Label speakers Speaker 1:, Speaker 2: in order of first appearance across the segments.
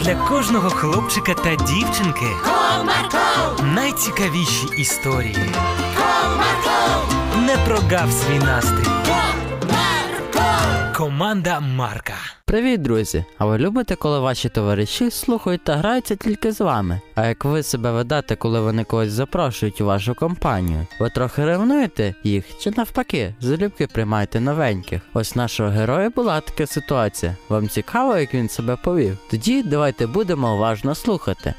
Speaker 1: для кожного хлопчика та дівчинки
Speaker 2: Comarco,
Speaker 1: найцікавіші історії.
Speaker 2: comarco,
Speaker 1: Не прогав свій настрій.
Speaker 2: comarco.
Speaker 1: Команда Марка.
Speaker 3: Привіт, друзі! А ви любите, коли ваші товариші слухають та граються тільки з вами? А як ви себе ведете, коли вони когось запрошують у вашу компанію? Ви трохи ревнуєте їх чи навпаки, залюбки приймаєте новеньких? Ось нашого героя була така ситуація. Вам цікаво, як він себе повів? Тоді давайте будемо уважно слухати.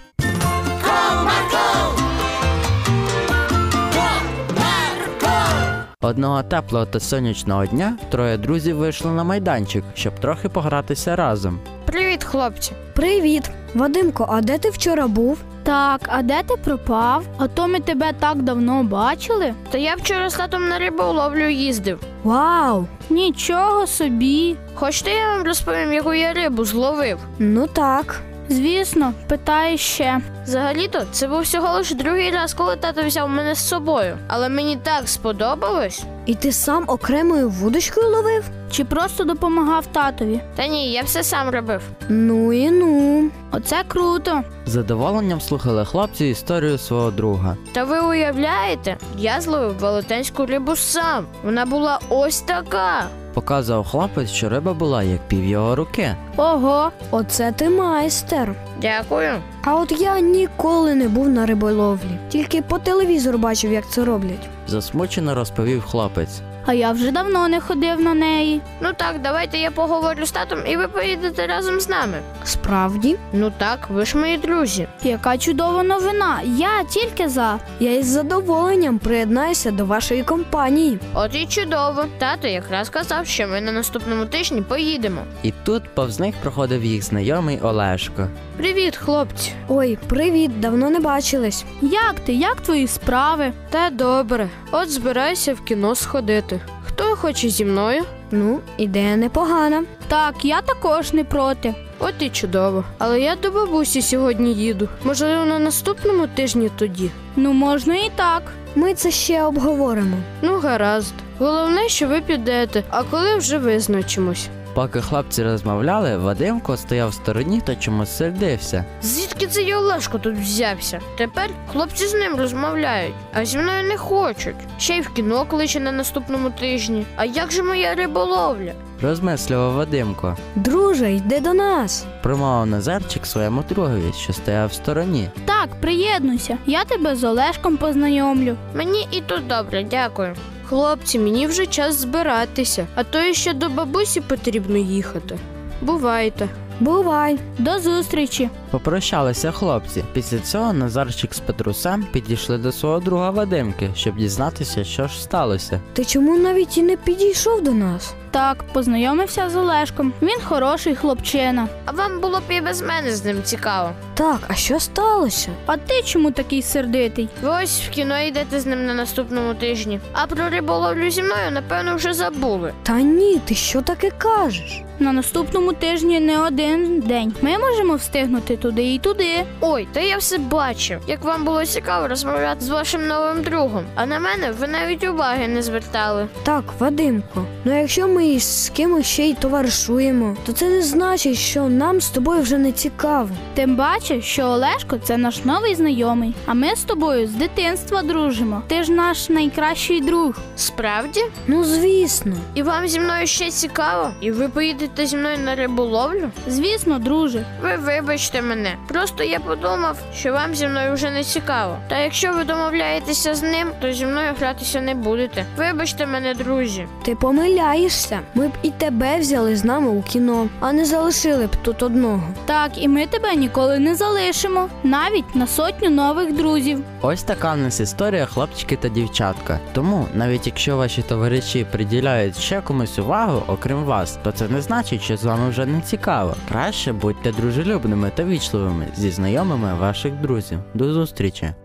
Speaker 3: Одного теплого та сонячного дня троє друзів вийшли на майданчик, щоб трохи погратися разом.
Speaker 4: Привіт, хлопці.
Speaker 5: Привіт, Вадимко, а де ти вчора був?
Speaker 6: Так, а де ти пропав? А то ми тебе так давно бачили.
Speaker 4: Та я вчора з татом на риболовлю їздив.
Speaker 5: Вау!
Speaker 6: Нічого собі.
Speaker 4: Хочете, я вам розповім, яку я рибу зловив.
Speaker 5: Ну так.
Speaker 6: Звісно, питаю ще.
Speaker 4: Взагалі-то це був всього лише другий раз, коли тато взяв мене з собою. Але мені так сподобалось.
Speaker 5: І ти сам окремою вудочкою ловив?
Speaker 6: Чи просто допомагав татові?
Speaker 4: Та ні, я все сам робив.
Speaker 5: Ну і ну.
Speaker 6: Оце круто.
Speaker 3: З задоволенням слухали хлопці історію свого друга.
Speaker 4: Та ви уявляєте, я зловив велетенську рибу сам. Вона була ось така.
Speaker 3: Показував хлопець, що риба була як пів його руки.
Speaker 6: Ого,
Speaker 5: Оце ти майстер.
Speaker 4: Дякую.
Speaker 5: А от я ніколи не був на риболовлі. Тільки по телевізору бачив, як це роблять.
Speaker 3: Засмучено розповів хлопець.
Speaker 6: а я вже давно не ходив на неї.
Speaker 4: Ну так, давайте я поговорю з татом, і ви поїдете разом з нами.
Speaker 5: Справді?
Speaker 4: Ну так, ви ж мої друзі.
Speaker 6: Яка чудова новина! Я тільки за.
Speaker 5: Я із задоволенням приєднаюся до вашої компанії.
Speaker 4: От і чудово. Тато якраз казав, що ми на наступному тижні поїдемо.
Speaker 3: І тут повз них проходив їх знайомий Олешко.
Speaker 4: Привіт, хлопці.
Speaker 5: Ой, привіт, давно не бачились.
Speaker 6: Як ти? Як твої справи?
Speaker 4: Та добре, от збираюся в кіно сходити. Хто хоче зі мною?
Speaker 5: Ну, ідея непогана.
Speaker 6: Так, я також не проти.
Speaker 4: От і чудово. Але я до бабусі сьогодні їду. Можливо, на наступному тижні тоді.
Speaker 6: Ну можна і так.
Speaker 5: Ми це ще обговоримо.
Speaker 4: Ну, гаразд. Головне, що ви підете, а коли вже визначимось.
Speaker 3: Поки хлопці розмовляли, Вадимко стояв в стороні та чомусь сердився.
Speaker 4: Звідки цей Олешко тут взявся? Тепер хлопці з ним розмовляють, а зі мною не хочуть. Ще й в кіно кличе на наступному тижні. А як же моя риболовля?
Speaker 3: Розмислював Вадимко,
Speaker 5: Друже, йди до нас.
Speaker 3: промовив Назарчик своєму другові, що стояв в стороні.
Speaker 6: Так, приєднуйся. Я тебе з Олешком познайомлю.
Speaker 4: Мені і тут добре, дякую. Хлопці, мені вже час збиратися, а то іще до бабусі потрібно їхати. Бувайте.
Speaker 5: Бувай.
Speaker 6: До зустрічі.
Speaker 3: Попрощалися хлопці. Після цього Назарчик з Петрусем підійшли до свого друга Вадимки, щоб дізнатися, що ж сталося.
Speaker 5: Ти чому навіть і не підійшов до нас?
Speaker 6: Так, познайомився з Олешком. Він хороший хлопчина.
Speaker 4: А вам було б і без мене з ним цікаво.
Speaker 5: Так, а що сталося?
Speaker 6: А ти чому такий сердитий?
Speaker 4: Ви ось в кіно йдете з ним на наступному тижні. А про риболовлю зі мною, напевно, вже забули.
Speaker 5: Та ні, ти що таке кажеш?
Speaker 6: На наступному тижні не один день. Ми можемо встигнути туди і туди.
Speaker 4: Ой, та я все бачив. Як вам було цікаво розмовляти з вашим новим другом. А на мене ви навіть уваги не звертали.
Speaker 5: Так, Вадимко, ну якщо ми із з кимось ще й товаришуємо, то це не значить, що нам з тобою вже не цікаво.
Speaker 6: Тим паче, що Олешко це наш новий знайомий. А ми з тобою з дитинства дружимо. Ти ж наш найкращий друг.
Speaker 4: Справді?
Speaker 5: Ну звісно.
Speaker 4: І вам зі мною ще цікаво? І ви поїдете зі мною на риболовлю?
Speaker 6: Звісно, друже.
Speaker 4: Ви вибачте мене. Просто я подумав, що вам зі мною вже не цікаво. Та якщо ви домовляєтеся з ним, то зі мною гратися не будете. Вибачте мене, друзі.
Speaker 5: Ти помиляєшся. Ми б і тебе взяли з нами у кіно, а не залишили б тут одного.
Speaker 6: Так, і ми тебе ніколи не залишимо, навіть на сотню нових друзів.
Speaker 3: Ось така в нас історія, хлопчики та дівчатка. Тому, навіть якщо ваші товариші приділяють ще комусь увагу, окрім вас, то це не значить, що з вами вже не цікаво. Краще будьте дружелюбними та вічливими зі знайомими ваших друзів. До зустрічі!